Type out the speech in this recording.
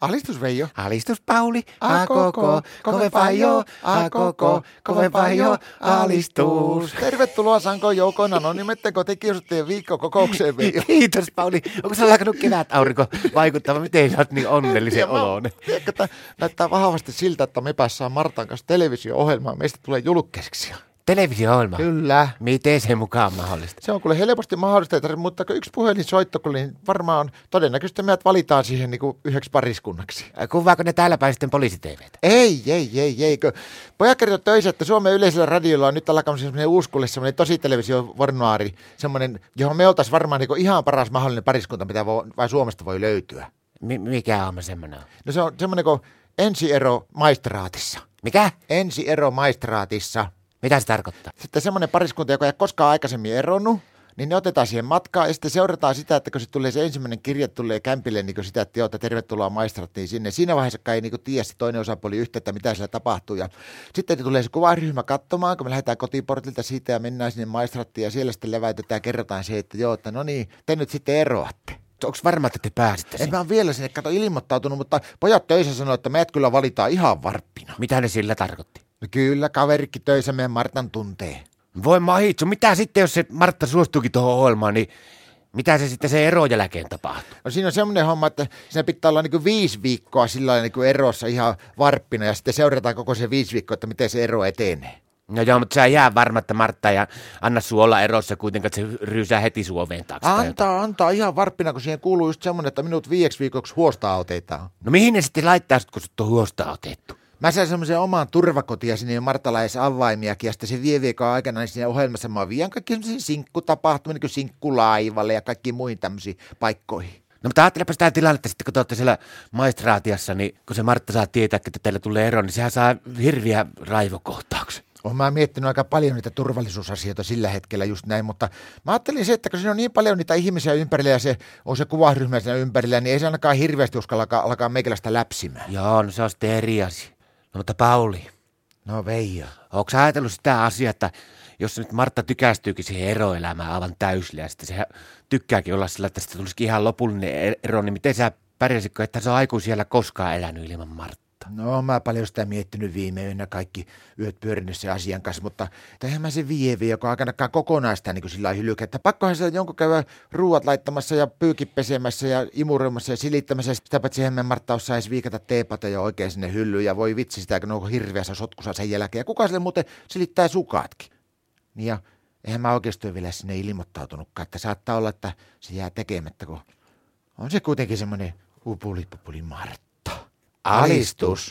Alistus Veijo. Alistus Pauli, A a koko, kovempaa jo, a koko, kovempaa jo, alistus. Tervetuloa Sanko Joukon anonymitten kotikiusattujen viikkokokoukseen Veijo. Kiitos Pauli. Onko sulla alkanut kevät aurinko vaikuttamaan? Miten sä oot niin Ja onnellisen mä- oloinen? Tiedätkö, että näyttää vahvasti siltä, että me päässään Martan kanssa televisio-ohjelmaan. Meistä tulee julkkeiksi. Televisio-ohjelma. Kyllä. Miten se mukaan on mahdollista? Se on kyllä helposti mahdollista, että- mutta kun yksi puhelinsoitto, kun niin varmaan on todennäköisesti meidät valitaan siihen niin kuin yhdeksi pariskunnaksi. Ä, Kuvaako ne täällä päin sitten poliisiteiveitä? Ei, ei, ei, ei. kun Pojat kertoi töissä, että Suomen yleisellä radiolla on nyt alkanut semmoinen uuskulle semmoinen tositelevisiovarnuaari, semmoinen, johon me oltaisiin varmaan niin ihan paras mahdollinen pariskunta, mitä voi, vai Suomesta voi löytyä. Mi- mikä homma semmoinen on? No se on semmoinen kuin ensiero maistraatissa. Mikä? Ensiero maistraatissa. Mitä se tarkoittaa? Sitten semmoinen pariskunta, joka ei ole koskaan aikaisemmin eronnut, niin ne otetaan siihen matkaan ja sitten seurataan sitä, että kun se tulee se ensimmäinen kirje tulee kämpille, niin kun sitä, että joo, että tervetuloa maistrattiin sinne. Siinä vaiheessa kai ei niin kuin tiedä se toinen osapuoli yhtä, että mitä siellä tapahtuu. Ja sitten tulee se kuvaryhmä katsomaan, kun me lähdetään kotiportilta siitä ja mennään sinne maistrattiin ja siellä sitten leväytetään ja kerrotaan se, että joo, että no niin, te nyt sitten eroatte. Onko varma, että te pääsitte En sinne? mä ole vielä sinne kato ilmoittautunut, mutta pojat töissä sanoo, että meidät kyllä valitaan ihan varppina. Mitä ne sillä tarkoitti? No kyllä, kaverikki töissä meidän Martan tuntee. Voi mahitsu, mitä sitten jos se Martta suostuukin tuohon ohjelmaan, niin mitä se sitten sen eron jälkeen tapahtuu? No siinä on semmoinen homma, että siinä pitää olla niin viisi viikkoa sillä lailla niin erossa ihan varppina ja sitten seurataan koko se viisi viikkoa, että miten se ero etenee. No joo, mutta sä jää varma, että Martta ja anna sua olla erossa kuitenkaan, että se ryysää heti suoveen taakse. tai jotain. Antaa, antaa ihan varppina, kun siihen kuuluu just semmoinen, että minut viieksi viikoksi huostaa otetaan. No mihin ne sitten laittaa sut, kun sut on huostaa otettu? Mä sain semmoisen oman turvakotia sinne ja Martalla edes avaimiakin ja sitten se vie viikon aikana niin siinä ohjelmassa mä vian kaikki semmoisiin sinkkutapahtumiin, niin kuin sinkkulaivalle ja kaikkiin muihin tämmöisiin paikkoihin. No mutta ajattelepa sitä tilannetta sitten, kun te olette siellä maistraatiassa, niin kun se Martta saa tietää, että teillä tulee ero, niin sehän saa hirviä raivokohtauksen. Olen mä miettinyt aika paljon niitä turvallisuusasioita sillä hetkellä just näin, mutta mä ajattelin se, että kun siinä on niin paljon niitä ihmisiä ympärillä ja se on se kuvaryhmä siinä ympärillä, niin ei se ainakaan hirveästi uskalla alkaa, alkaa meikäläistä läpsimään. Joo, no se on sitten eri asia. No mutta Pauli, No Veijo. Onko sä ajatellut sitä asiaa, että jos nyt Martta tykästyykin siihen eroelämään aivan täysillä ja sitten sehän tykkääkin olla sillä, että sitten tulisikin ihan lopullinen ero, niin miten sä pärjäsitkö, että sä aiku siellä koskaan elänyt ilman Marttaa? No oon mä paljon sitä miettinyt viime yönä kaikki yöt pyörinyt sen asian kanssa, mutta tähän mä se vievi, joka aikanakaan kokonaista niin kuin sillä lailla hylkää, että pakkohan se jonkun käydä ruuat laittamassa ja pyyki pesemässä ja imuroimassa ja silittämässä. Sitä paitsi eihän me Martta osaa edes viikata teepata jo oikein sinne hyllyyn ja voi vitsi sitä, kun ne on hirveässä sotkussa sen jälkeen. Ja kuka sille muuten silittää sukatkin? Niin ja eihän mä oikeasti ole vielä sinne ilmoittautunutkaan, että saattaa olla, että se jää tekemättä, kun on se kuitenkin semmoinen upulipupuli Martta. Alistus.